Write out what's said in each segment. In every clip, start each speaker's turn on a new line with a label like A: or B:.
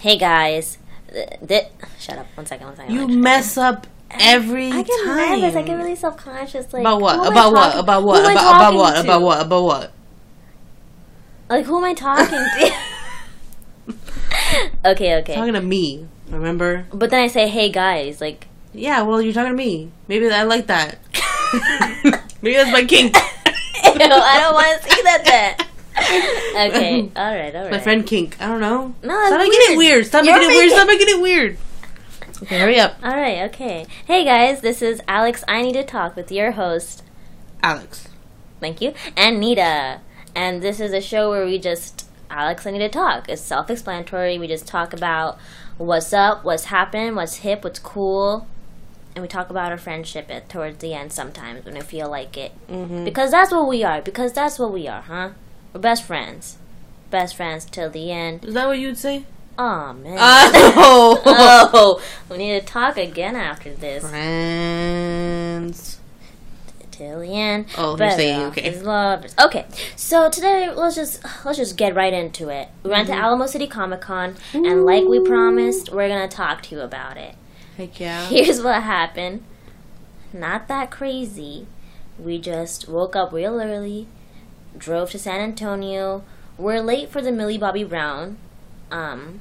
A: Hey guys, Th- th- shut up. One second. One second.
B: You mess up every
A: I get
B: time.
A: nervous. I get really self conscious. Like
B: about
A: who
B: what?
A: am I
B: About what?
A: talking-
B: About what?
A: who am I
B: About, about
A: talking
B: what?
A: to?
B: About what? About what?
A: Like who am I talking to? okay, okay.
B: Talking to me. Remember?
A: but then I say, "Hey guys," like.
B: Yeah. Well, you're talking to me. Maybe I like that. Maybe that's my kink.
A: Ew, I don't want to see that. Then. Okay. All right. All right.
B: My friend kink. I don't know.
A: No, that's weird.
B: Stop making it weird. Stop
A: You're
B: making it weird.
A: making-
B: Stop making it weird. Okay, hurry up,
A: All right. Okay. Hey guys, this is Alex. I need to talk with your host.
B: Alex.
A: Thank you. And Nita. And this is a show where we just Alex. I need to talk. It's self-explanatory. We just talk about what's up, what's happening, what's hip, what's cool. And we talk about our friendship at, towards the end sometimes when I feel like it.
B: Mm-hmm.
A: Because that's what we are. Because that's what we are, huh? We're best friends. Best friends till the end.
B: Is that what you'd say?
A: Oh man.
B: Oh.
A: oh, we need to talk again after this.
B: Friends.
A: Till the end.
B: Oh, you're
A: Better
B: saying,
A: off
B: okay.
A: is lovers. Okay. So today let's just let's just get right into it. We went
B: Mm-hmm.
A: to Alamo City Comic Con and like we promised, we're gonna talk to you about it.
B: Heck yeah.
A: Here's what happened. Not that crazy. We just woke up real early, drove to San Antonio. We're late for the Millie Bobby Brown um,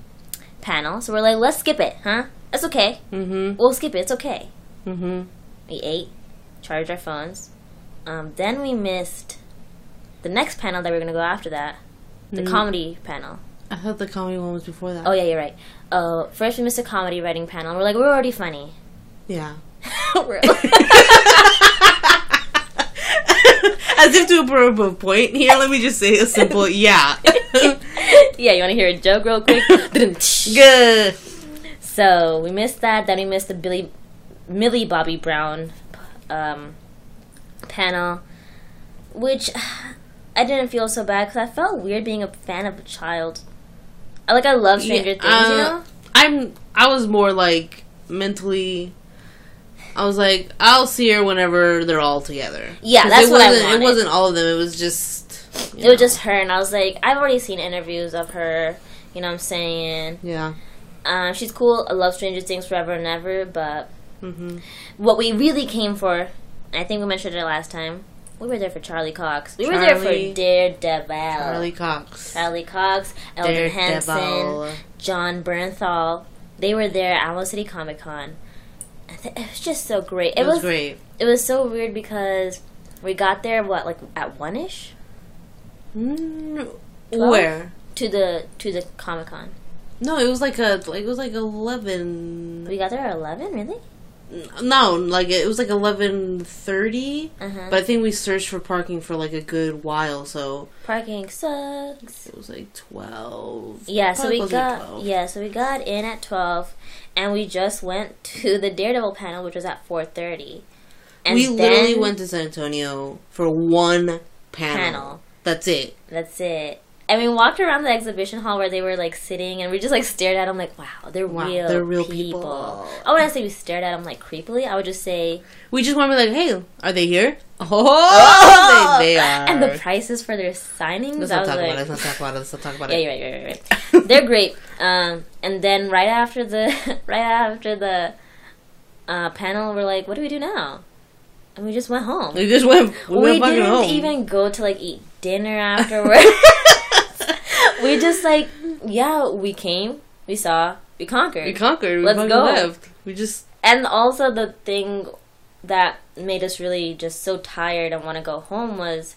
A: panel, so we're like, let's skip it, huh? That's okay.
B: Mm-hmm.
A: We'll skip it. It's okay.
B: Mm-hmm.
A: We ate, charged our phones. Um, then we missed the next panel that we are gonna go after that, the comedy panel.
B: I thought the comedy one was before that.
A: Oh yeah, you're right. Uh, first we missed a comedy writing panel. We're like, we're already funny.
B: Yeah.
A: We're-
B: As if to prove a point here, let me just say a simple yeah.
A: yeah, you want to hear a joke real quick?
B: Good.
A: so we missed that. Then we missed the Billy, Millie Bobby Brown um, panel, which I didn't feel so bad because I felt weird being a fan of a child. I Like I love Stranger
B: Yeah,
A: Things, you
B: uh,
A: know.
B: I'm. I was more like mentally. I was like, I'll see her whenever they're all together.
A: Yeah,
B: 'Cause
A: that's
B: it
A: what I
B: wasn't,
A: wanted.
B: It wasn't all of them. It was just. you
A: It was
B: know,
A: just her, and I was like, I've already seen interviews of her. You know what I'm saying?
B: Yeah.
A: Um, she's cool. I love Stranger Things forever and ever. But
B: Mm-hmm.
A: what we really came for, I think we mentioned it last time. We were there for Charlie Cox. We were there
B: Charlie-
A: for Daredevil.
B: Charlie
A: Charlie,
B: Cox.
A: Cox, Eldon Henson,
B: Daredevil.
A: John Bernthal. They were there at Alamo City Comic Con. I thi- It was just so great.
B: It, was, great.
A: It was so weird because we got there what like at one ish
B: Mm,
A: Twelve?
B: where?
A: to the to the Comic Con.
B: No, it was like a like it was like eleven.
A: We got there at eleven, really?
B: No, like it was like eleven thirty.
A: Uh huh.
B: But I think we searched for parking for like a good while, so
A: Parking sucks.
B: it was like twelve.
A: Yeah, so
B: Probably
A: we
B: closer to
A: got
B: 12.
A: yeah, so we got in at twelve, and we just went to the Daredevil panel, which was at four thirty. And
B: we literally
A: then-
B: went to San Antonio for one panel.
A: Panel.
B: That's it.
A: That's it. And we walked around the exhibition hall where they were like sitting, and we just like stared at them like, "Wow, they're
B: Wow,
A: real.
B: they're real
A: people."
B: people.
A: I wouldn't say we stared at them like creepily. I would just say,
B: We just want to be like, hey, are they here? Oh, they, they are.
A: Oh! And the prices for their signings,
B: let's
A: I
B: not
A: was
B: talk
A: like,
B: about it. Let's not talk about it. Let's not talk about
A: yeah,
B: it.
A: you're right, you're right, you're right. They're great. Um, and then right after the right after the uh, panel, we're like, what do we do now? And we just went home.
B: We just went. We,
A: We,
B: went fucking
A: didn't
B: home.
A: even go to like eat dinner afterwards. we just like, yeah, we came, we saw, we conquered.
B: We conquered. We
A: Let's
B: fucking
A: go.
B: left. We just
A: and also the thing that made us really just so tired and want to go home was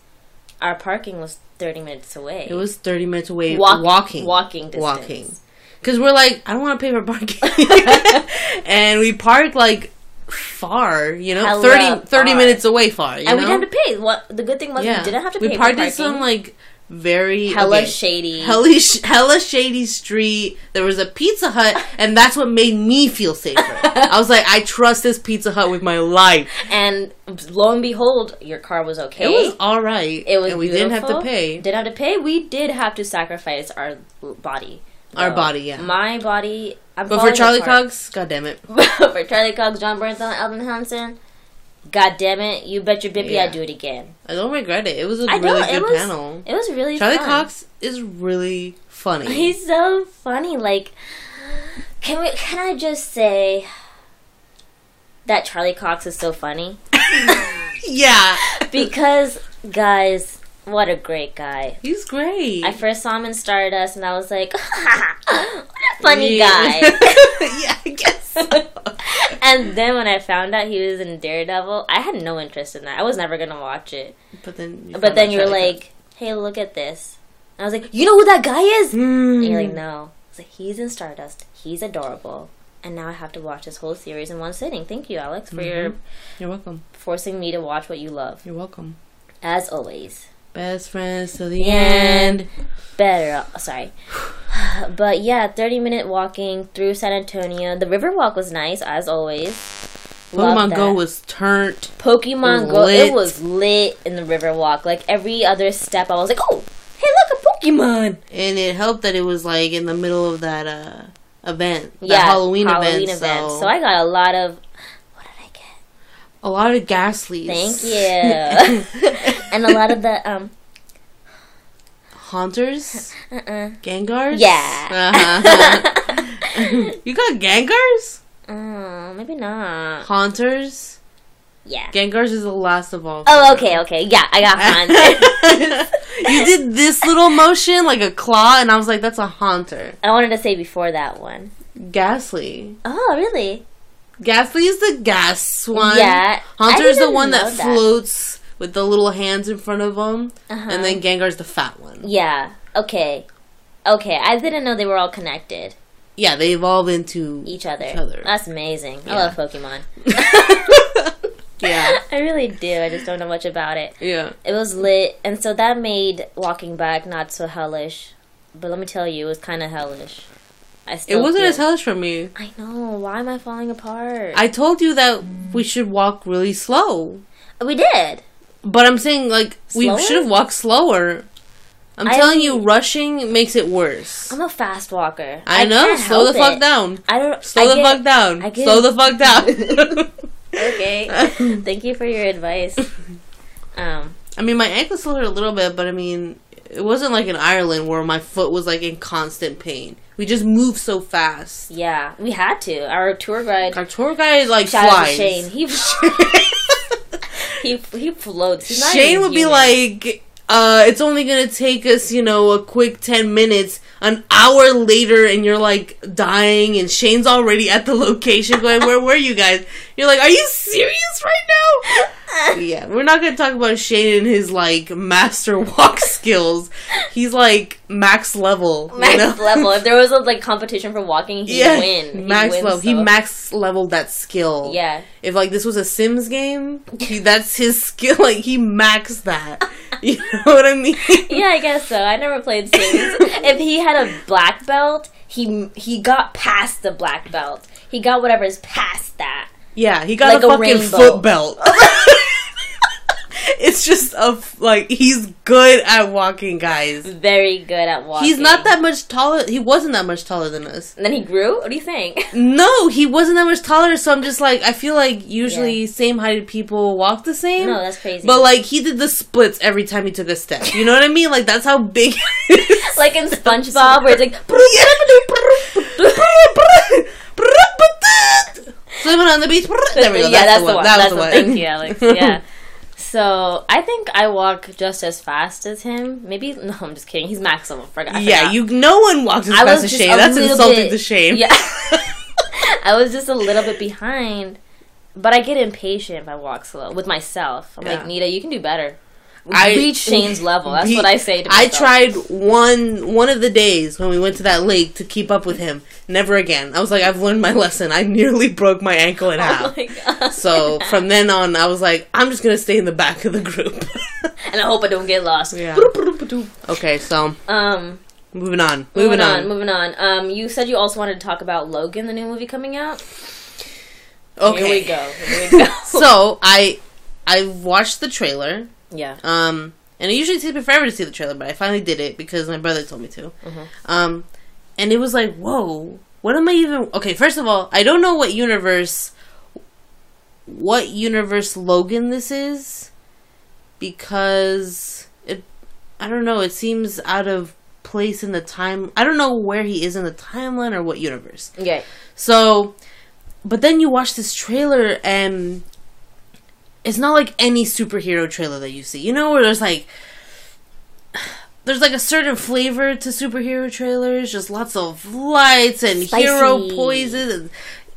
A: our parking was 30 minutes away.
B: It was 30 minutes away
A: Walk-
B: walking.
A: walking distance.
B: Walking. Because we're like, I don't want to pay for parking. and we parked like far, you know,
A: Hella
B: 30, 30
A: far.
B: minutes away far. You
A: and
B: know?
A: we didn't have to pay. What the good thing was
B: yeah.
A: we didn't have to
B: We
A: pay. for
B: parked
A: parking.
B: at some like very
A: hella
B: okay,
A: shady.
B: Hella, sh- hella shady street. There was a Pizza Hut, and that's what made me feel safer. I was like, I trust this Pizza Hut with my life.
A: and lo and behold, your car was okay.
B: It was all right.
A: It was
B: and we didn't have
A: beautiful.
B: to pay.
A: Didn't have to pay. We did have to sacrifice our l- body.
B: Our
A: though.
B: body, yeah.
A: My body. I'm
B: but for
A: falling
B: Charlie
A: apart.
B: Cox, god damn it.
A: for Charlie Cox, John Bernthal, Elvin Hansen, God damn it! You bet your bippy
B: Yeah.
A: I'd do it again.
B: I don't regret it. It was a
A: I
B: really
A: don't. It
B: good
A: was.
B: panel.
A: It was really
B: Charlie
A: fun.
B: Cox is really funny.
A: He's so funny. Like, can we? Can I just say that Charlie Cox is so funny
B: yeah,
A: because, guys, what a great guy.
B: he's great.
A: I first saw him in Stardust, and I was like, what a funny
B: Yeah.
A: guy.
B: yeah, I guess. So.
A: and then when I found out he was in Daredevil, I had no interest in that. I was never gonna watch it.
B: But then, you
A: But then you were like, "Hey, look at this." And I was like, "You know who that guy is?" And you're
B: Mm.
A: like, "No." I was like, "He's in Stardust. He's adorable." And now I have to watch this whole series in one sitting. Thank you, Alex, for your
B: you're welcome.
A: forcing me to watch what you love.
B: You're welcome.
A: As always,
B: Best friends till the
A: And-
B: end.
A: better. uh, Sorry, but yeah, thirty minute walking through San Antonio. The river walk was nice, as always. Love
B: Pokemon
A: that.
B: Go was turned.
A: Pokemon Go.
B: Lit.
A: It was lit in the river walk. Like every other step, I was like, "Oh, hey, look a Pokemon!"
B: And it helped that it was like in the middle of that uh event, that
A: yeah,
B: Halloween, event. So,
A: So. I got a lot of. What did I get?
B: a lot of ghastlies.
A: Thank you. and a lot of the um.
B: Haunters,
A: Uh-uh.
B: Gengars.
A: Yeah.
B: Uh-huh. you got Gengars,
A: Oh, maybe not.
B: Haunters.
A: Yeah.
B: Gengars is the last of all.
A: Oh, okay, okay. Yeah, I got haunted.
B: you did this little motion like a claw, and I was like, "That's a haunter."
A: I wanted to say before that one.
B: Ghastly.
A: Oh, really?
B: Ghastly is the gas one.
A: Yeah.
B: Haunter
A: I
B: is the
A: didn't
B: one that,
A: know that.
B: floats with the little hands in front of them,
A: Uh-huh.
B: and then Gengar's the fat one.
A: Yeah. Okay. Okay, I didn't know they were all connected.
B: Yeah, they evolve into
A: Each other. Uh.
B: Each other.
A: That's amazing.
B: Yeah.
A: I love Pokemon.
B: yeah,
A: I really do. I just don't know much about it.
B: yeah.
A: It was lit, and so that made walking back not so hellish. But let me tell you, it was kind of hellish. I
B: It
A: still
B: wasn't
A: feel-
B: as hellish for me.
A: I know. Why am I falling apart?
B: I told you that we should walk really slow,
A: we did.
B: but I'm saying like
A: Slower?
B: we should have walked slower. I'm
A: I-
B: telling you, rushing makes it worse.
A: I'm a fast walker.
B: I know.
A: can't
B: Slow the
A: help
B: fuck
A: it.
B: down.
A: I don't.
B: Slow
A: I
B: the
A: get-
B: fuck down.
A: I get-
B: Slow the fuck down.
A: Okay. Thank you for your advice. Um.
B: I mean, my ankle still hurt a little bit, but I mean, it wasn't like in Ireland where my foot was like in constant pain. We just moved so fast.
A: Yeah, we had to. Our tour guide.
B: Our tour guide like
A: Shout out to
B: flies.
A: Shane. He he he floats. He's not
B: Shane
A: even
B: would be
A: human.
B: like, uh, "It's only gonna take us, you know, a quick ten minutes." An hour later, and you're like dying, and Shane's already at the location. Going, "Where were you guys?" You're like, "Are you serious right now?" yeah, we're not gonna talk about Shane and his like master walk skills. He's like max level. you
A: max
B: know?
A: level. If there was a like competition for walking, he'd
B: Yeah,
A: win. He'd
B: max
A: win
B: level. He
A: so-
B: max leveled that skill.
A: Yeah.
B: If like this was a Sims game, he, that's his skill. Like he maxed that. You know what I mean?
A: Yeah, I guess so. I never played Sims. if he had a black belt, he he got past the black belt. He got whatever's past that.
B: Yeah, he got
A: Like
B: a
A: a
B: fucking
A: rainbow.
B: foot belt. it's just a f- like he's good at walking, guys.
A: Very good at walking.
B: He's not that much taller. He wasn't that much taller than us.
A: And then he grew. What do you think?
B: No, he wasn't that much taller. So I'm just like, I feel like usually same heighted people walk the same.
A: no, that's crazy.
B: But like he did the splits every time he took a step. You know what I mean? Like that's how big.
A: like in SpongeBob, where it's like.
B: Swimming on the beach. There we go.
A: yeah,
B: that's the one. That
A: that's
B: was the one.
A: Thank you, Alex. Yeah. So I think I walk just as fast as him. Maybe no, I'm just kidding. He's max level. Forgot. I
B: Yeah,
A: forgot.
B: you. No one walks as
A: I
B: fast
A: was
B: as
A: just
B: Shane.
A: a
B: That's
A: little
B: insulting
A: bit-
B: to Shane.
A: Yeah. I was just a little bit behind, but I get impatient if I walk slow with myself. I'm
B: Yeah.
A: like, Nita, you can do better.
B: I-
A: Reach Shane's level. That's
B: He-
A: what I say to
B: I
A: myself.
B: tried one one of the days when we went to that lake to keep up with him. Never again. I was like, I've learned my lesson. I nearly broke my ankle in
A: Oh
B: half.
A: my God.
B: So from then on, I was like, I'm just gonna stay in the back of the group.
A: and I hope I don't get lost.
B: yeah. Okay, so
A: Um,
B: moving on. Moving,
A: moving
B: on.
A: on, moving on. Um, you said you also wanted to talk about Logan, the new movie coming out.
B: Okay.
A: Here we go. Here we go.
B: So I I watched the trailer.
A: yeah.
B: Um, and it usually takes me forever to see the trailer, but I finally did it because my brother told me to. Um, and it was like, whoa, what am I even? Okay, first of all, I don't know what universe what universe Logan this is because it I don't know, it seems out of place in the time. I don't know where he is in the timeline or what universe.
A: Yeah.
B: So, but then you watch this trailer and it's not like any superhero trailer that you see. You know where there's like there's like a certain flavor to superhero trailers, just lots of lights and
A: Spicy.
B: hero poises and,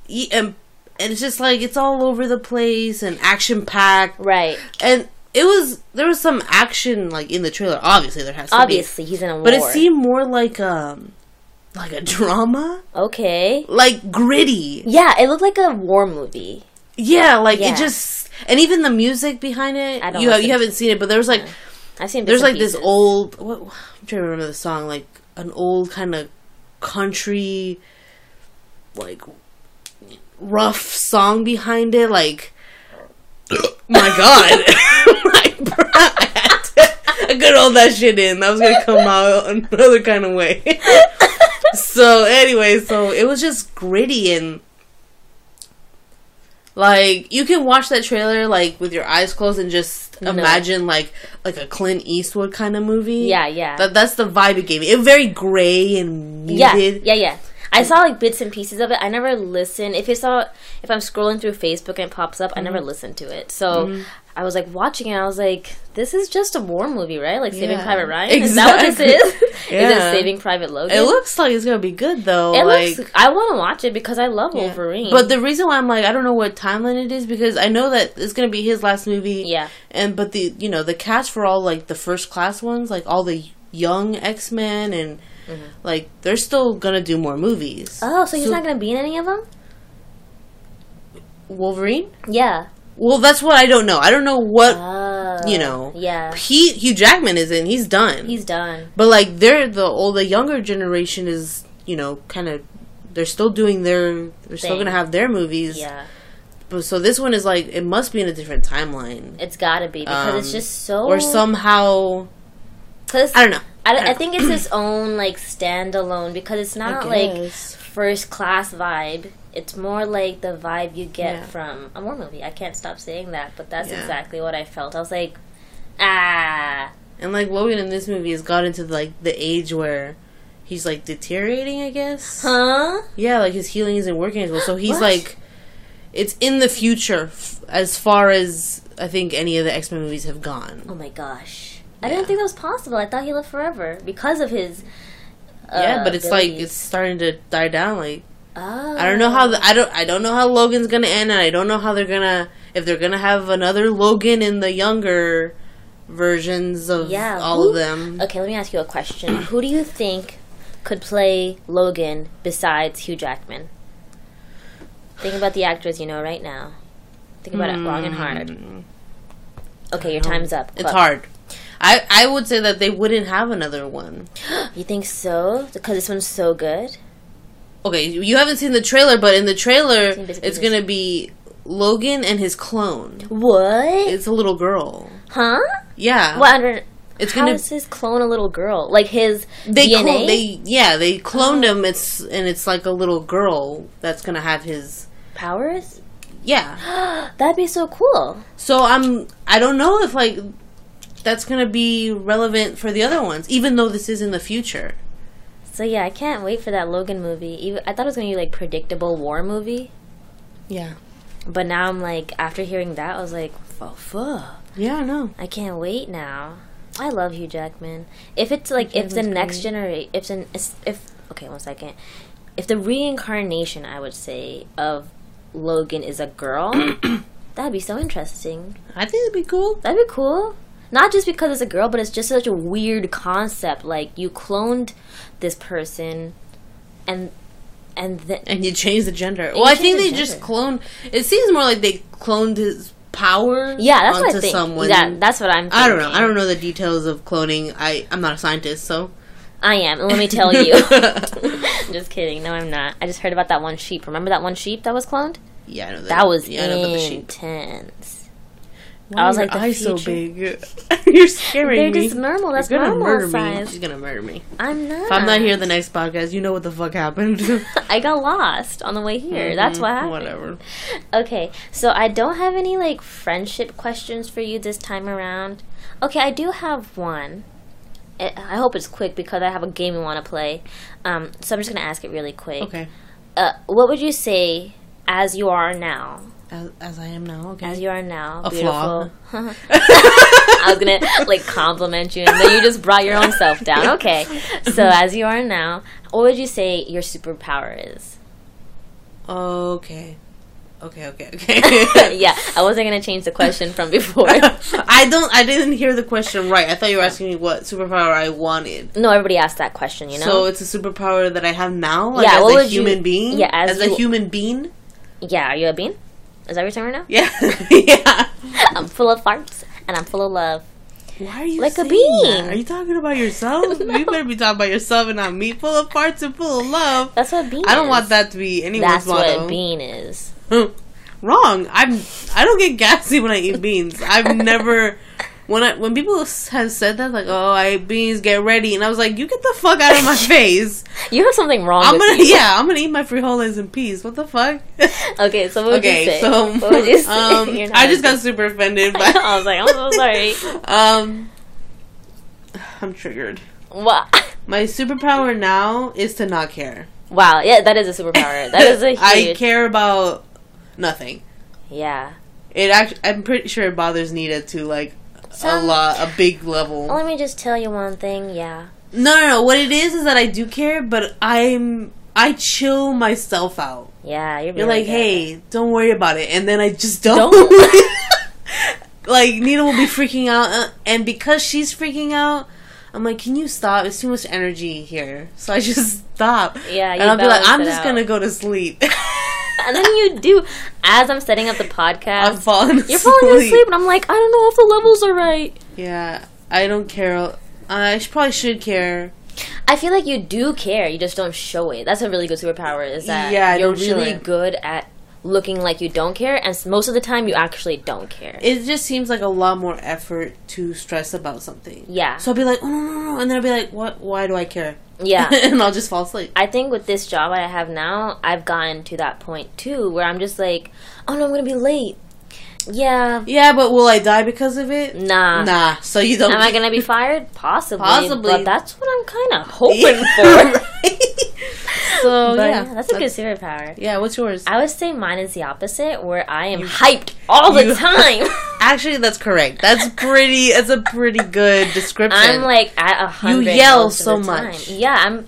B: y- and and it's just like it's all over the place and action packed
A: Right.
B: and it was there was some action like in the trailer. Obviously there has to
A: Obviously, he's in a war.
B: be. But it seemed more like um like a drama,
A: okay.
B: like gritty.
A: Yeah, it looked like a war movie.
B: Yeah, like
A: Yeah.
B: it just and even the music behind it.
A: I don't
B: you
A: listen
B: you haven't seen it, but there was like
A: I've seen.
B: there's
A: bits and
B: like this
A: pieces.
B: old. What, I'm trying to remember the song, like an old kind of country, like rough song behind it. Like my god, my bro- I had to- I could hold that shit in. That was gonna come out another kind of way. so anyway, so it was just gritty and. Like you can watch that trailer like with your eyes closed and just
A: No.
B: imagine like like a Clint Eastwood kind of movie.
A: Yeah, yeah.
B: That, that's the vibe it gave me. It was very gray and muted.
A: Yeah, yeah, yeah. I saw like bits and pieces of it. I never listen. If it's all, if I'm scrolling through Facebook and it pops up, I never
B: Mm-hmm.
A: listen to it. So I was like watching it. I was like, this is just a war movie, right? Like Saving
B: Yeah.
A: Private Ryan. Is that what
B: Exactly.
A: this is? is
B: Yeah.
A: it Saving Private Logan?
B: It looks like it's gonna be good though.
A: It
B: like,
A: looks. I want to watch it because I love
B: yeah.
A: Wolverine.
B: But the reason why I'm like I don't know what timeline it is because I know that it's gonna be his last movie.
A: yeah,
B: And but the you know the cast for all like the first class ones like all the young X Men and
A: Mm-hmm.
B: like they're still gonna do more movies.
A: Oh, so he's not gonna be in any of them?
B: Wolverine.
A: Yeah.
B: Well, that's what I don't know. I don't know what
A: Oh.
B: you know.
A: Yeah.
B: he Hugh Jackman is in. He's done.
A: He's done.
B: but like they're the old the younger generation is you know kind of they're still doing their they're still
A: Thing.
B: gonna have their movies.
A: Yeah.
B: But so this one is like it must be in a different timeline
A: It's gotta be because
B: Um,
A: it's just so.
B: or somehow
A: 'cause
B: I don't know.
A: I, I think it's its own like standalone because it's not like
B: guess.
A: first class vibe. It's more like the vibe you get
B: Yeah.
A: from a war movie. I can't stop saying that, but that's
B: Yeah.
A: exactly what I felt. I was like, ah,
B: And like Logan in this movie has got into like the age where he's like deteriorating, I guess.
A: huh?
B: Yeah, like his healing isn't working as well. So he's
A: What?
B: like, it's in the future f- as far as I think any of the X Men movies have gone.
A: Oh my gosh, I didn't think that was possible. I thought he lived forever because of his. Uh,
B: yeah, but it's like it's
A: abilities.
B: starting to die down. Like
A: Oh.
B: I don't know how the, I don't I don't know how Logan's gonna end, and I don't know how they're gonna if they're gonna have another Logan in the younger versions of
A: Yeah,
B: all
A: who-
B: of them.
A: Okay, let me ask you a question. Who do you think could play Logan besides Hugh Jackman? Think about the actors you know right now. Think about it long and hard.
B: Mm,
A: Okay, your time's up.
B: It's
A: Club.
B: hard. I I would say that they wouldn't have another one.
A: You think so? Because this one's so good.
B: Okay, you you haven't seen the trailer, but in the trailer,
A: Seen bits and
B: it's
A: pieces.
B: gonna be Logan and his clone.
A: What?
B: It's a little girl.
A: Huh?
B: Yeah,
A: Well, I don't.
B: it's
A: How
B: gonna
A: is his clone a little girl? Like his
B: they
A: DNA?
B: clone they yeah they cloned
A: Oh.
B: him. It's and it's like a little girl that's gonna have his
A: powers?
B: yeah.
A: That'd be so cool.
B: So I'm I don't know if like that's gonna be relevant for the other ones, even though this is in the future.
A: So yeah, I can't wait for that Logan movie. Even I thought it was gonna be like predictable war movie.
B: Yeah.
A: But now I'm like, after hearing that, I was like, oh, fuck.
B: Yeah, I know.
A: I can't wait now. I love Hugh Jackman. If it's like, if the
B: Jackman's
A: next generation, if the, if, okay, one second. If the reincarnation, I would say, of Logan is a girl, that'd be so interesting.
B: I think it'd be cool.
A: That'd be cool. Not just because it's a girl, but it's just such a weird concept. Like, you cloned this person, and, and then,
B: And you change the gender. well, I
A: change
B: think
A: the
B: they
A: gender.
B: just cloned. It seems more like they cloned his power.
A: yeah, that's
B: onto
A: what I think.
B: someone.
A: That, that's what I'm thinking.
B: I don't know. I don't know the details of cloning. I I'm not a scientist, so
A: I am. Let me tell you. just kidding. No, I'm not. I just heard about that one sheep. Remember that one sheep that was cloned?
B: yeah, I know
A: That was
B: yeah, I know about the sheep.
A: intense.
B: Why
A: I was
B: are
A: like,
B: your
A: the
B: eyes so
A: future.
B: big. You're scaring
A: They're
B: me.
A: just normal. That's
B: You're gonna
A: normal
B: murder me.
A: size.
B: She's gonna murder me.
A: I'm not.
B: If I'm not here the next podcast, you know what the fuck happened.
A: I got lost on the way here. That's
B: Mhm,
A: what happened.
B: Whatever.
A: Okay, so I don't have any like friendship questions for you this time around. Okay, I do have one. I I hope it's quick because I have a game we want to play. Um, so I'm just gonna ask it really quick.
B: Okay.
A: Uh, what would you say as you are now?
B: As, as I am now. Okay.
A: As you are now,
B: A flaw.
A: beautiful. I was gonna like compliment you, and then you just brought your own self down. Okay, so as you are now, what would you say your superpower is?
B: Okay. Okay. Okay. Okay.
A: yeah, I wasn't gonna change the question from before.
B: I don't. I didn't hear the question right. I thought you were asking me what superpower I wanted.
A: No, everybody asked that question, you know.
B: So it's a superpower that I have now, like
A: Yeah,
B: as
A: what
B: a
A: would you-
B: human being.
A: yeah, as
B: a
A: you-
B: human being.
A: Yeah, are you a bean? Is that what you're saying right now?
B: Yeah, yeah.
A: I'm full of farts and I'm full of love.
B: Why are you
A: Like a
B: saying that?
A: bean.
B: Are you talking about yourself?
A: No.
B: You better be talking about yourself and not me. Full of parts and full of love.
A: That's what a bean.
B: I don't
A: is.
B: want that to be anyone's
A: That's
B: motto.
A: what a bean is.
B: Wrong. I'm. I don't get gassy when I eat beans. I've never. When I when people s- have said that, like, oh, I eat beans, get ready, and I was like, you get the fuck out of my face.
A: You have something wrong.
B: I'm
A: with
B: gonna
A: you.
B: yeah, I'm gonna eat my frijoles in peace. What the fuck?
A: Okay, so what would you
B: okay,
A: say?
B: so
A: what would you say?
B: um,
A: You're not
B: I just
A: a
B: got super offended. By-
A: I was like, "Oh, I'm so sorry.
B: um, I'm triggered.
A: bean. Wow.
B: My superpower now is to not care.
A: wow. Yeah, that is a superpower. That is a huge.
B: I care about nothing.
A: Yeah.
B: It actually, I'm pretty sure it bothers Nita to like a
A: Some- Oh.
B: lot, a big level.
A: Let me just tell you one thing. Yeah.
B: No, no, no. What it is is that I do care, but I'm I chill myself out.
A: Yeah. You're,
B: You're
A: really
B: like,
A: good.
B: hey, don't worry about it, and then I just don't.
A: Don't.
B: like Nina will be freaking out, uh, and because she's freaking out, I'm like, can you stop? It's too much energy here, so I just stop.
A: Yeah,
B: and
A: you
B: I'll be like,
A: balance
B: I'm
A: it
B: just
A: out.
B: gonna go to sleep.
A: And then you do. As I'm setting up the
B: I'm
A: podcast,
B: falling.
A: you're falling asleep, and I'm like, I don't know if the levels are right.
B: Yeah, I don't care. I sh- probably should care.
A: I feel like you do care. You just don't show it. That's a really good superpower. Is that
B: Yeah, I
A: you're
B: don't show
A: really
B: it.
A: good at looking like you don't care, and s- most of the time you actually don't care.
B: It just seems like a lot more effort to stress about something.
A: yeah,
B: So I'll be like, oh no, no, no, and then I'll be like, what? Why do I care?
A: yeah.
B: and I'll just fall asleep.
A: I think with this job I have now, I've gotten to that point too, where I'm just like, oh no, I'm gonna be late. Yeah,
B: Yeah, but will I die because of it?
A: nah.
B: Nah. So you don't.
A: Am I gonna be fired? Possibly.
B: Possibly.
A: But that's what I'm kind of
B: Yeah,
A: hoping for.
B: right. So
A: But
B: yeah,
A: yeah, that's a good superpower.
B: Yeah, what's yours?
A: I would say mine is the opposite, where I am hyped all the
B: you-
A: time.
B: Actually, that's correct. That's pretty. That's a pretty good description.
A: I'm like at a hundred.
B: yell
A: most of
B: so
A: the time.
B: much.
A: Yeah, I'm.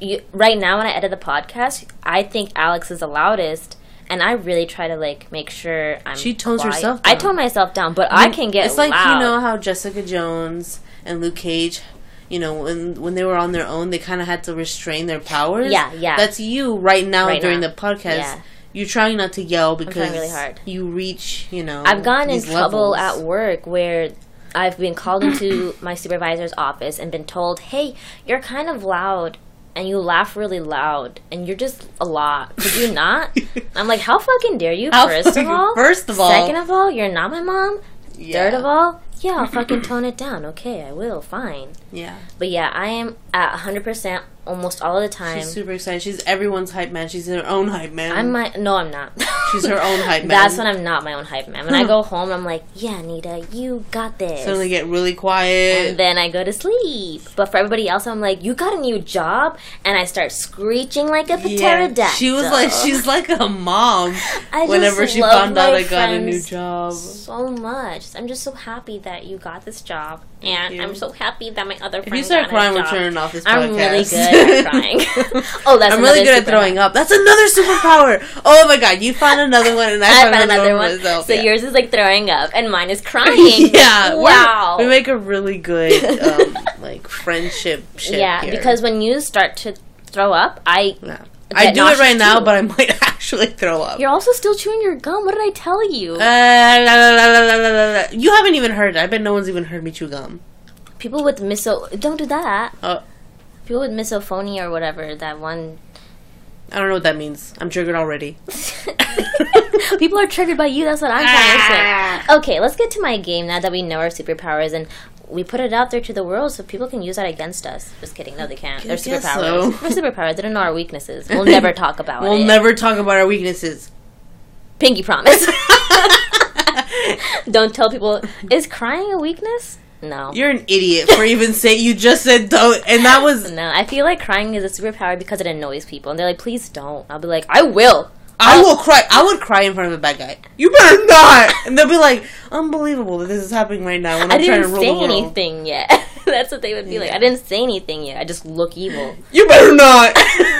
A: You, right now, when I edit the podcast, I think Alex is the loudest, and I really try to like make sure I'm.
B: She tones
A: quiet.
B: herself
A: I
B: down.
A: tone myself down, but I can get.
B: It's like
A: loud.
B: you know how Jessica Jones and Luke Cage, you know, when when they were on their own, they kind of had to restrain their powers.
A: Yeah, yeah.
B: That's you right now
A: Right
B: during
A: now.
B: the podcast.
A: Yeah.
B: You're trying not to yell because
A: really hard.
B: you reach, you know.
A: I've gotten in
B: these
A: trouble
B: levels.
A: at work where I've been called into my supervisor's office and been told, "Hey, you're kind of loud." And you laugh really loud, and you're just a lot. Could you not? I'm like, how fucking dare you?
B: How
A: first of
B: fucking-
A: all,
B: first of all.
A: second of all, you're not my mom.
B: Yeah.
A: Third of all, yeah, I'll fucking tone it down. Okay, I will. Fine.
B: Yeah.
A: But yeah, I am at 100% almost all the time.
B: She's super excited. She's everyone's hype man. She's her own hype man.
A: I'm my no, I'm not.
B: She's her own hype man.
A: That's when I'm not my own hype man. When I go home, I'm like, yeah, Nita, you got this.
B: suddenly get really quiet.
A: and then I go to sleep. But for everybody else, I'm like, you got a new job, and I start screeching like a pterodactyl.
B: She was like, she's like a mom.
A: I
B: Whenever
A: just
B: she
A: love
B: found out
A: my
B: I got a new
A: friends
B: job,
A: so much. I'm just so happy that you got this job, and
B: you.
A: I'm so happy that my other.
B: if
A: friend
B: you
A: got
B: start crying,
A: a
B: we're
A: job.
B: turning off this podcast.
A: I'm really good at crying. oh, that's
B: I'm really
A: another
B: good at
A: superpower.
B: throwing up. That's another superpower. Oh my god, you found another one, and I,
A: I
B: found,
A: found
B: another
A: another
B: one.
A: one.
B: Myself.
A: so
B: yeah.
A: yours is like throwing up, and mine is crying.
B: yeah. we're-
A: Wow.
B: We make a really good um, like friendship. Ship
A: yeah,
B: here.
A: because when you start to throw up, I.
B: Yeah. I do it
A: nauseous
B: right now,
A: too.
B: but I might actually throw up.
A: You're also still chewing your gum. What did I tell you?
B: Uh, la, la, la, la, la, la, la, la. You haven't even heard. it. I bet no one's even heard me chew gum.
A: People with miso don't do that.
B: Uh,
A: People with misophonia or whatever. That one.
B: I don't know what that means. I'm triggered already.
A: People are triggered by you. That's what I'm trying
B: Ah.
A: to say. Okay, let's get to my game now that we know our superpowers and we put it out there to the world so people can use that against us. Just kidding. No, they can't. They're
B: guess
A: superpowers.
B: so.
A: We're superpowers. They don't know our weaknesses. We'll never talk about
B: We'll
A: it.
B: never talk about our weaknesses.
A: Pinky promise. don't tell people. Is crying a weakness? No.
B: You're an idiot for even saying you just said don't, and that was
A: no, I feel like crying is a superpower because it annoys people, and they're like, "Please don't." I'll be like, "I will."
B: I will cry. I would cry in front of a bad guy. You better not. And they'll be like, unbelievable that this is happening right now when
A: I
B: I'm trying to
A: didn't
B: rule
A: say
B: the world.
A: anything yet. That's what they would be like. I didn't say anything yet. I just look evil.
B: You better not.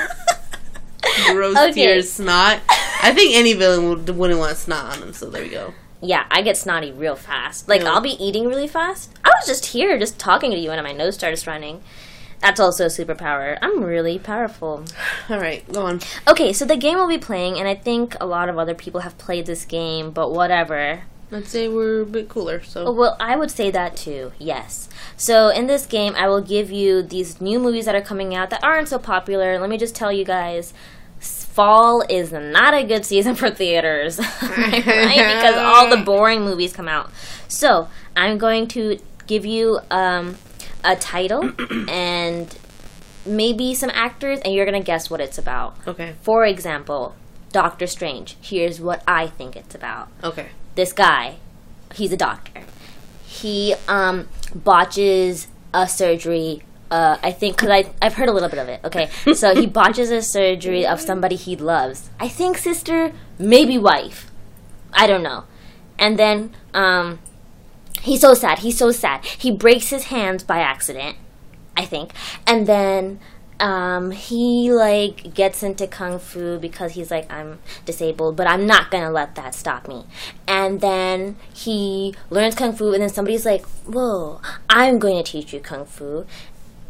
B: Gross
A: Okay.
B: tears, snot. I think any villain would, wouldn't want snot on them. So there we go.
A: Yeah, I get snotty real fast. Like
B: Yeah.
A: I'll be eating really fast. I was just here, just talking to you, and my nose starts running. That's also a superpower. I'm really powerful.
B: All right, go on.
A: Okay, so the game we'll be playing, and I think a lot of other people have played this game, but whatever.
B: Let's say we're a bit cooler. So
A: Oh, Well, I would say that too, yes. So, in this game, I will give you these new movies that are coming out that aren't so popular. Let me just tell you guys s- fall is not a good season for theaters, right? Because all the boring movies come out. So, I'm going to give you um, a title and maybe some actors, and you're going to guess what it's about.
B: okay,
A: For example, Doctor Strange. Here's what I think it's about
B: okay,
A: this guy, he's a doctor. He um, botches a surgery. Uh, I think because I I've heard a little bit of it. Okay, so he botches a surgery of somebody he loves. I think sister, maybe wife. I don't know. And then um, he's so sad. He's so sad. He breaks his hands by accident. I think. And then um, he like gets into kung fu because he's like I'm disabled, but I'm not gonna let that stop me. And then he learns kung fu, and then somebody's like, "Whoa, I'm going to teach you kung fu."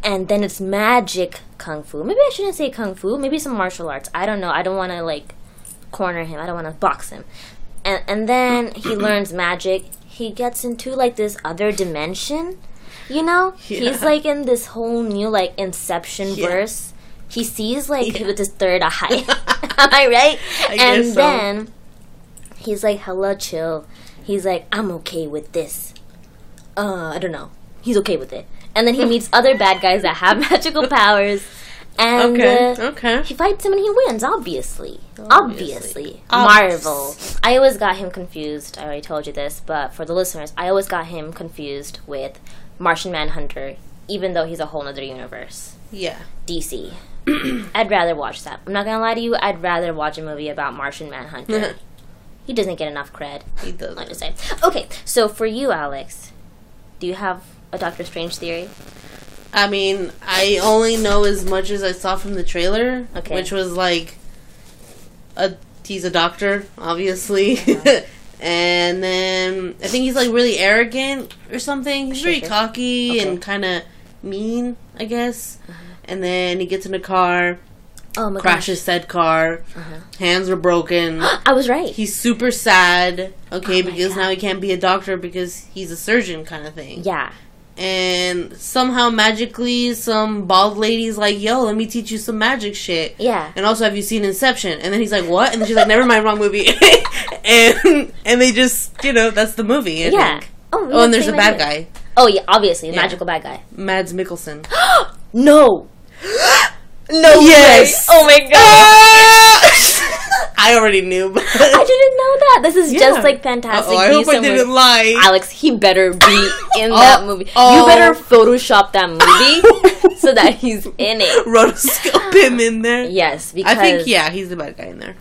A: And then it's magic kung fu. Maybe I shouldn't say kung fu. Maybe some martial arts. I don't know. I don't want to like corner him. I don't want to box him. And and then he learns magic. He gets into like this other dimension. You know, he's
B: Yeah.
A: like in this whole new like Inception
B: Yeah.
A: verse. He sees like with his third eye. Am I right?
B: I
A: and
B: guess so.
A: then he's like, "Hello, chill." He's like, "I'm okay with this." Uh, I don't know. He's okay with it. And then he meets other bad guys that have magical powers. And
B: okay,
A: uh,
B: okay.
A: he fights him and he wins, obviously. Obviously.
B: Obviously.
A: Marvel. I always got him confused. I already told you this, but for the listeners, I always got him confused with Martian Manhunter, even though he's a whole nother universe.
B: Yeah,
A: DC. I'd rather watch that. I'm not gonna lie to you, I'd rather watch a movie about Martian Manhunter. he doesn't get enough cred.
B: he
A: I'll just
B: does.
A: say. Okay, so for you, Alex, do you have a Doctor Strange theory?
B: I mean, I only know as much as I saw from the trailer,
A: Okay.
B: which was like, a he's a doctor, obviously,
A: Uh-huh.
B: and then I think he's like really arrogant or something. He's
A: Sure,
B: very
A: sure.
B: cocky and
A: Okay. Uh-huh.
B: kind of mean, I guess. And then he gets in a car,
A: Oh my
B: crashes said car,
A: Uh-huh.
B: hands are broken.
A: gosh. I was right.
B: He's super sad, okay,
A: Oh my
B: because
A: God.
B: now he can't be a doctor because he's a surgeon kind of thing
A: yeah.
B: and somehow magically some bald lady's like, "Yo, let me teach you some magic shit."
A: Yeah.
B: And also, have you seen Inception? And then he's like, "What?" And then she's like, "Never mind, wrong movie." and and they just, you know, that's the movie. I
A: Yeah.
B: Think.
A: Oh,
B: Oh, and there's a
A: same
B: bad
A: idea.
B: guy,
A: Oh yeah, obviously, the
B: Yeah.
A: magical bad guy.
B: Mads Mikkelsen.
A: No.
B: No. Yes.
A: Oh my god.
B: Ah! I already knew. But
A: I didn't know that. This is
B: Yeah.
A: just like fantastic.
B: Uh-oh, I hope
A: Beasts
B: I
A: and Where-
B: didn't lie.
A: Alex, he better be in
B: Oh,
A: that movie.
B: oh.
A: You better Photoshop that movie so that he's in it.
B: Rotoscope him in there.
A: Yes,
B: I
A: because
B: think yeah, he's the bad guy in there.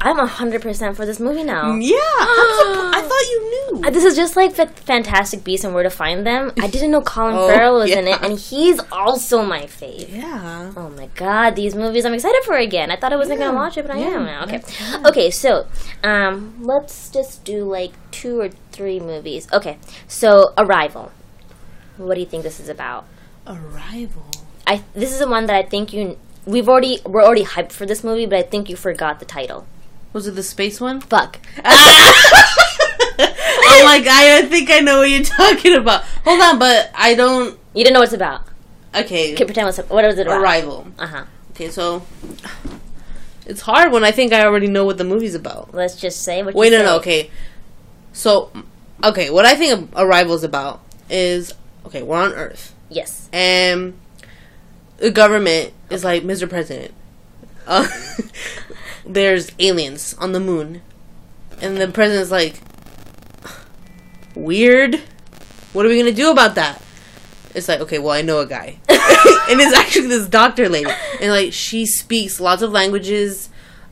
A: I'm 100% for this movie now.
B: Yeah, I'm surprised- I thought you knew.
A: Uh, This is just like Fa- Fantastic Beasts and Where to Find Them. I didn't know Colin
B: Oh,
A: Farrell was in
B: yeah.
A: it, and he's also my fave.
B: yeah.
A: Oh my god, these movies I'm excited for again. I thought I wasn't
B: Yeah,
A: gonna watch it, but I
B: yeah,
A: am now. Okay. Okay, so um let's just do like two or three movies. Okay. So Arrival. What do you think this is about?
B: Arrival.
A: I this is the one that I think you we've already we're already hyped for this movie, but I think you forgot the title.
B: Was it the space one?
A: Fuck. Oh
B: I'm like, I I think I know what you're talking about. Hold on, but I don't.
A: You didn't know what it's about.
B: Okay,
A: Okay, pretend what's what was it about?
B: Arrival.
A: Uh huh.
B: Okay, so It's hard when I think I already know what the movie's about.
A: Let's just say what.
B: Wait,
A: you
B: no,
A: say.
B: no, okay. So, okay, what I think Arrival's about is okay, we're on Earth,
A: Yes.
B: and the government is like, Mr. President, uh, there's aliens on the moon, and the president's like, weird. What are we gonna do about that? It's like, okay, well, I know a guy. and it's actually this doctor lady. And, like, she speaks lots of languages.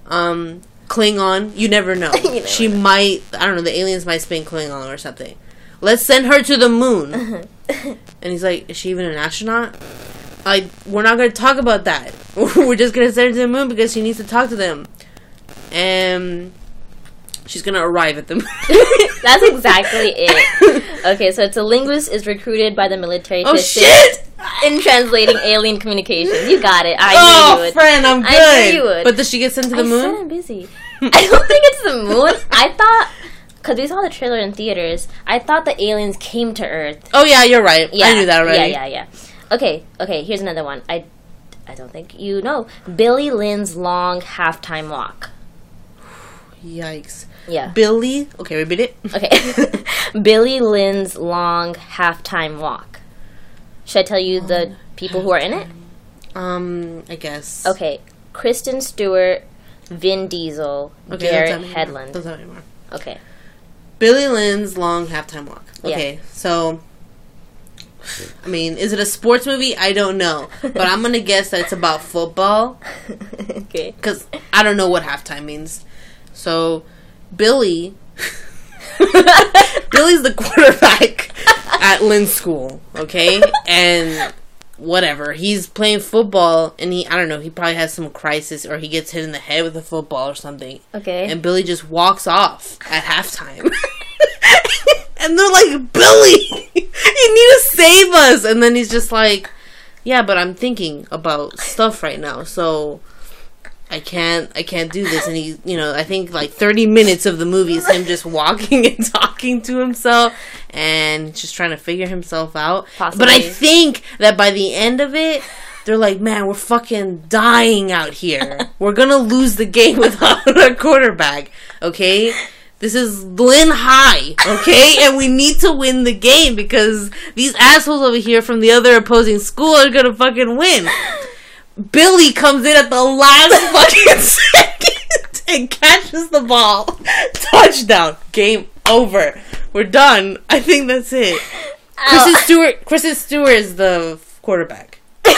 B: Um, Klingon, you never know.
A: You never
B: she might, I don't know, the aliens might speak Klingon or something. Let's send her to the moon. and he's like, is she even an astronaut? Like, we're not gonna talk about that. we're just gonna send her to the moon because she needs to talk to them. And she's gonna arrive at the moon.
A: That's exactly it. Okay, so it's a linguist is recruited by the military
B: Oh
A: to
B: shit!
A: assist in translating alien communications. You got it. I knew you
B: Oh,
A: would.
B: friend, I'm
A: I
B: good.
A: knew you would.
B: But does she get sent to the
A: I
B: moon?
A: said I'm busy. I don't think it's the moon. I thought because we saw the trailer in theaters. I thought the aliens came to Earth.
B: Oh yeah, you're right.
A: Yeah,
B: I knew that already.
A: Yeah, yeah, yeah. Okay, okay. Here's another one. I, I don't think you know Billy Lynn's long halftime walk.
B: Yikes.
A: Yeah.
B: Billy. Okay, repeat it.
A: Okay. Billy Lynn's long halftime walk. Should I tell you
B: Oh
A: the people who are in it?
B: Um, I guess.
A: Okay. Kristen Stewart, Vin Diesel,
B: Okay,
A: Garrett
B: don't tell me anymore. Don't
A: Headland.
B: tell me anymore.
A: Okay.
B: Billy Lynn's long halftime walk.
A: Yeah.
B: Okay, so. I mean, is it a sports movie? I don't know, but I'm gonna guess that it's about football
A: okay.
B: because I don't know what halftime means. So, Billy, Billy's the quarterback at Lynn School, okay? And whatever. He's playing football and he I don't know, he probably has some crisis or he gets hit in the head with a football or something.
A: Okay.
B: And Billy just walks off at halftime. and they're like, "Billy, you need to save us." And then he's just like, "Yeah, but I'm thinking about stuff right now." So I can't I can't do this and he you know I think like 30 minutes of the movie is him just walking and talking to himself and just trying to figure himself out but I
A: Possibly.
B: think that by the end of it they're like man we're fucking dying out here we're gonna lose the game without a quarterback okay this is Lynn High, okay? and we need to win the game because these assholes over here from the other opposing school are gonna fucking win. Billy comes in at the last fucking second and catches the ball. Touchdown. Game over. We're done. I think that's it. Kristen Stewart. Kristen Stewart is the quarterback.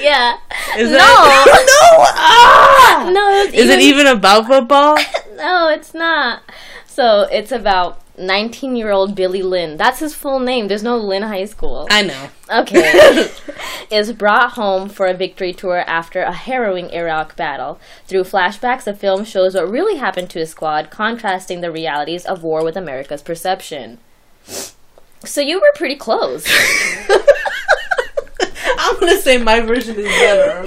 A: yeah.
B: Is
A: no.
B: that no? Ah!
A: No, it's
B: Is it even about football?
A: No, it's not. So it's about 19 year old Billy Lynn. That's his full name. There's no Lynn High School.
B: I know.
A: Okay. is brought home for a victory tour after a harrowing Iraq battle. Through flashbacks, the film shows what really happened to his squad, contrasting the realities of war with America's perception. So you were pretty close.
B: I'm gonna say my version is better.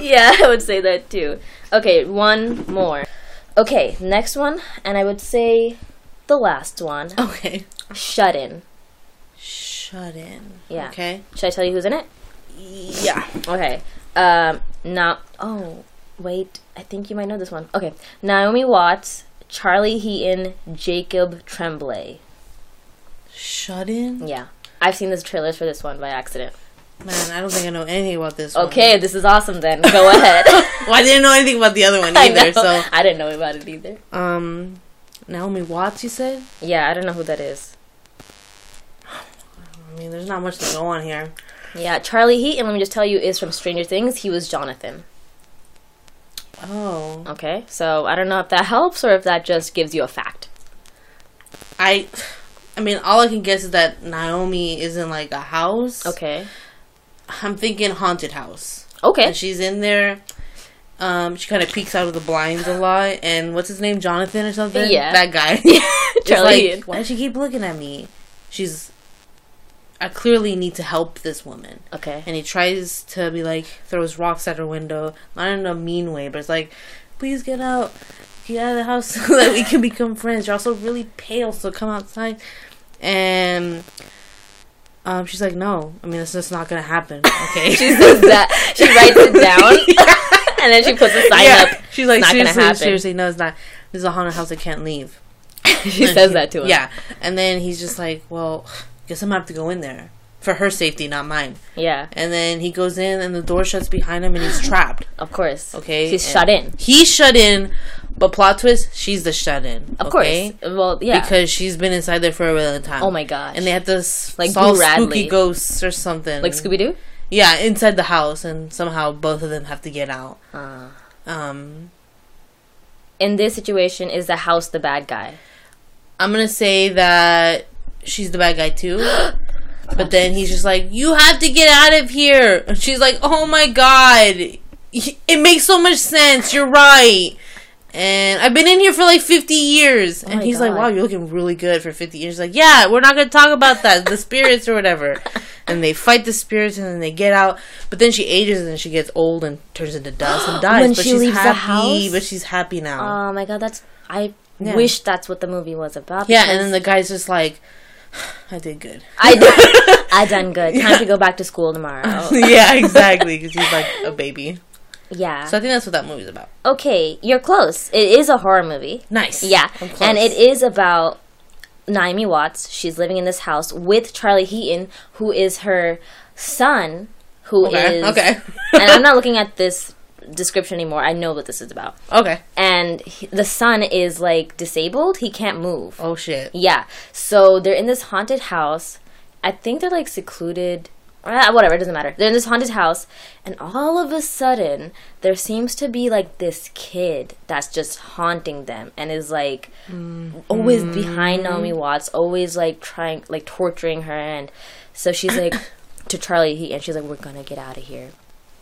A: yeah, I would say that too. Okay, one more. Okay, next one, and I would say the last one.
B: Okay.
A: Shut in.
B: Shut in.
A: Yeah.
B: Okay.
A: Should I tell you who's in it?
B: Yeah.
A: Okay. Um, now, oh, wait. I think you might know this one. Okay. Naomi Watts, Charlie Heaton, Jacob Tremblay.
B: Shut in.
A: Yeah. I've seen these trailers for this one by accident.
B: Man, I don't think I know anything about this. one.
A: Okay, this is awesome then. Go ahead.
B: well, I didn't know anything about the other one
A: I
B: either.
A: know.
B: So,
A: I didn't know about it either.
B: um, Naomi Watts, you said?
A: Yeah, I don't know who that is.
B: I mean, there's not much to go on here.
A: Yeah, Charlie Heaton, let me just tell you, is from Stranger Things. He was Jonathan.
B: Oh,
A: Okay, so I don't know if that helps or if that just gives you a fact.
B: I, I mean, all I can guess is that Naomi is in like a house.
A: Okay.
B: I'm thinking haunted house.
A: Okay.
B: And she's in there. Um, she kind of peeks out of the blinds a lot. And what's his name, Jonathan or something?
A: Yeah.
B: that guy. It's
A: Charlie Heaton.
B: like, why does she keep looking at me? She's. I clearly need to help this woman.
A: Okay.
B: and he tries to be like throws rocks at her window, not in a mean way, but it's like, please get out, get out of the house so that we can become friends. You're also really pale, so come outside. And um, she's like, no, I mean it's just not gonna happen. Okay,
A: She says that. She writes it down. and then she puts a sign
B: yeah.
A: up.
B: She's like,
A: It's not gonna
B: seriously,
A: happen."
B: seriously, no, it's not. This is a haunted house. I can't leave.
A: she says that to him.
B: Yeah, and then he's just like, well, guess I'm gonna have to go in there for her safety, not mine.
A: Yeah.
B: And then he goes in, and the door shuts behind him, and he's trapped.
A: Of course.
B: Okay,
A: She's
B: and-
A: shut in.
B: He's shut in, but plot twist, she's the shut in.
A: Of
B: okay?
A: course. Well, yeah.
B: Because she's been inside there for a really long time.
A: oh my gosh.
B: And they have to s-
A: Like
B: solve
A: Boo Radley.
B: spooky ghosts or something.
A: like Scooby Doo.
B: Yeah, inside the house, and somehow both of them have to get out.
A: Uh,
B: Um,
A: in this situation, is the house the bad guy?
B: I'm gonna say that she's the bad guy too. But then he's just like, "You have to get out of here." And she's like, "Oh my god, it makes so much sense. You're right." And I've been in here for like 50 years, and
A: Oh my
B: he's like,
A: God.
B: "Wow, you're looking really good for 50 years." She's like, "Yeah, we're not gonna talk about that. The spirits or whatever." And they fight the spirits, and then they get out. But then she ages, and she gets old and turns into dust and dies.
A: When
B: but
A: she
B: she's
A: leaves the
B: happy,
A: house?
B: but she's happy now.
A: Oh my god, that's I
B: Yeah.
A: wish that's what the movie was about.
B: Yeah, and then
A: because
B: the guy's just like, I did good.
A: I done, I done good. Time
B: Yeah.
A: to go back to school tomorrow.
B: yeah, exactly, because he's like a baby.
A: yeah.
B: So I think that's what that movie's about.
A: okay, you're close. It is a horror movie.
B: Nice.
A: Yeah,
B: I'm close.
A: and it is about Naomi Watts. She's living in this house with Charlie Heaton, who is her son, Who is
B: Okay. Okay.
A: and I'm not looking at this description anymore. I know what this is about.
B: okay.
A: And he, the son is like disabled. He can't move.
B: Oh shit.
A: Yeah. So they're in this haunted house. I think they're like secluded. Ah, Whatever, it doesn't matter. They're in this haunted house, and all of a sudden, there seems to be like this kid that's just haunting them and is like always behind Naomi Watts, always like trying, like torturing her. And so she's like to Charlie, he, and she's like, We're gonna get out of here.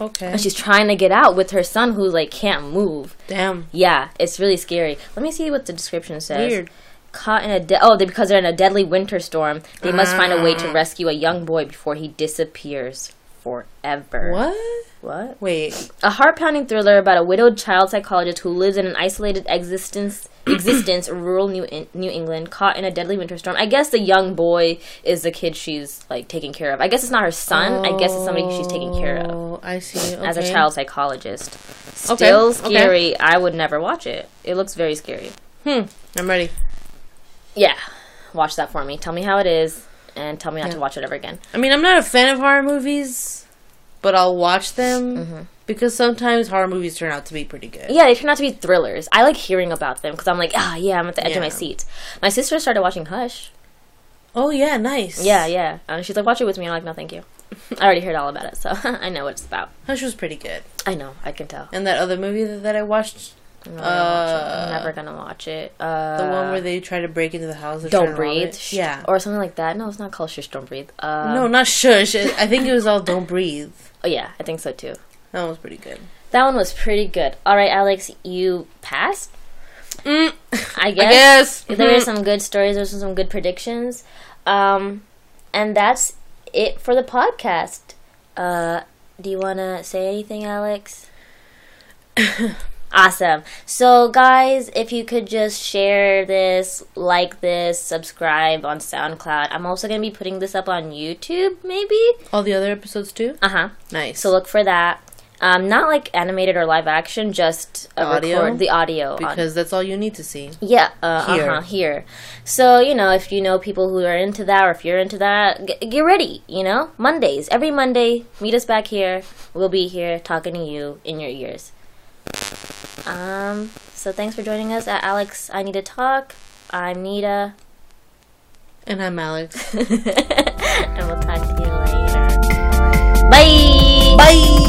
B: Okay.
A: And she's trying to get out with her son who like can't move.
B: Damn.
A: Yeah, it's really scary. Let me see what the description says.
B: Weird.
A: Caught in a de- oh, they, because they're in a deadly winter storm, they must find a way
B: Ah.
A: to rescue a young boy before he disappears forever.
B: What?
A: What?
B: Wait.
A: A heart-pounding thriller about a widowed child psychologist who lives in an isolated existence existence in rural New in- New England, caught in a deadly winter storm. I guess the young boy is the kid she's like taking care of. I guess it's not her son. I guess it's somebody she's taking care of
B: Oh, I see. Okay.
A: as a child psychologist.
B: Okay,
A: Still
B: okay.
A: scary. I would never watch it. It looks very scary.
B: Hmm. I'm ready.
A: Yeah, watch that for me. Tell me how it is, and tell me not
B: Yeah.
A: to watch it ever again.
B: I mean, I'm not a fan of horror movies, but I'll watch them because sometimes horror movies turn out to be pretty good.
A: Mm-hmm. Yeah, they turn out to be thrillers. I like hearing about them because I'm like, ah, yeah, I'm at the edge of my
B: Yeah.
A: seat. My sister started watching Hush.
B: Oh yeah, nice.
A: Yeah, yeah. And she's like, watch it with me. I'm like, no, thank you. I already heard all about it, so I know what it's about.
B: Hush was pretty good.
A: I know. I can tell.
B: And that other movie that, that I watched,
A: I'm, not gonna watch it. I'm
B: Uh,
A: never gonna watch it. Uh,
B: the one where they try to break into the house. and try
A: don't
B: to rob
A: breathe.
B: it.
A: Sh-
B: Yeah.
A: or something like that. No, it's not called Shush. Don't breathe. Uh,
B: no, not shush. It- I think it was all "Don't Breathe."
A: Oh yeah, I think so too.
B: That was pretty good.
A: That one was pretty good. All right, Alex, you passed.
B: Mm,
A: I guess
B: I guess
A: there were
B: Mhm.
A: some good stories. There's some good predictions, um, and that's it for the podcast. Uh, do you want to say anything, Alex? awesome. So, guys, if you could just share this, like this, subscribe on SoundCloud. I'm also gonna be putting this up on YouTube, maybe.
B: all the other episodes too.
A: Uh huh.
B: Nice.
A: So look for that. Um, not like animated or live action, just a
B: Audio?
A: record the audio. on-
B: because that's all you need to see.
A: yeah, uh,
B: Here.
A: uh-huh, here. So you know, if you know people who are into that, or if you're into that, g- get ready. You know, Mondays every Monday, meet us back here. We'll be here talking to you in your ears. Um. So thanks for joining us at Alex. I need to talk. I'm Nita,
B: And I'm Alex.
A: and we'll talk to you later. Bye.
B: Bye.